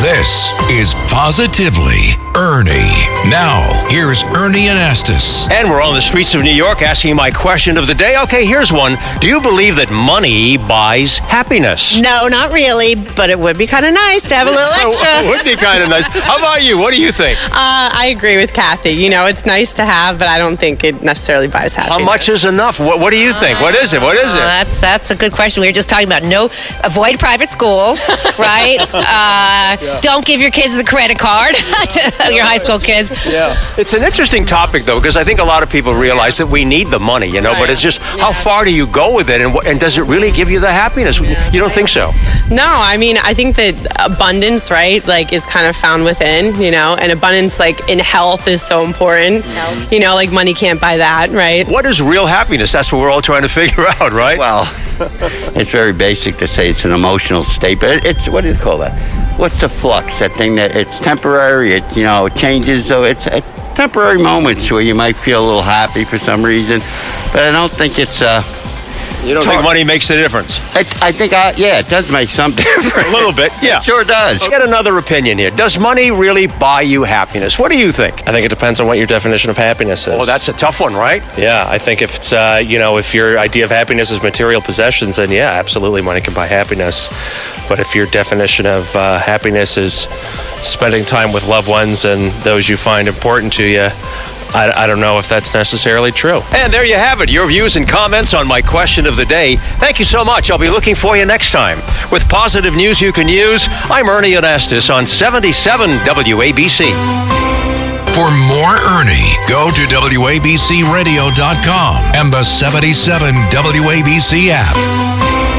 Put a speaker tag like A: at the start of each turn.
A: This is Positively Ernie. Now, here's Ernie Anastas.
B: And we're on the streets of New York asking my question of the day. Okay, here's one. Do you believe that money buys happiness?
C: No, not really, but it would be kind of nice to have a little
B: Oh,
C: extra.
B: would be kind of nice. How about you? What do you think?
D: Uh, I agree with Kathy. You know, it's nice to have, but I don't think it necessarily buys happiness.
B: How much is enough? What, what do you think? What is it? What is
E: Well,
B: it?
E: that's that's a good question. We were just talking about no avoid private schools, right? Uh, Don't give your kids the credit card, your high school kids.
B: Yeah. It's an interesting topic, though, because I think a lot of people realize that we need the money, you know, but it's just how far do you go with it and, wh- and does it really give you the happiness? You don't think so?
D: No, I mean, I think that abundance, right, like is kind of found within, you know, and abundance, like in health, is so important. You know, like money can't buy that, right?
B: What is real happiness? That's what we're all trying to figure out, right?
F: Well, it's very basic to say it's an emotional state, but it- it's what do you call that? What's the flux? That thing that it's temporary. It you know it changes. So it's uh temporary moments where you might feel a little happy for some reason, but I don't think it's. Uh,
B: you don't think money makes a difference?
F: I, I think I yeah, it does make some difference.
B: A little bit, yeah.
F: Sure does.
B: Let's get another opinion here. Does money really buy you happiness? What do you think?
G: I think it depends on what your definition of happiness is.
B: Well, Oh, that's a tough one, right?
G: yeah. I think if it's uh, you know if your idea of happiness is material possessions, then yeah, absolutely, money can buy happiness. But if your definition of uh, happiness is spending time with loved ones and those you find important to you, I, I don't know if that's necessarily true.
B: And there you have it, your views and comments on my question of the day. Thank you so much. I'll be looking for you next time. With positive news you can use, I'm Ernie Anastas on 77 WABC.
A: For more Ernie, go to WABCRadio.com and the 77 WABC app.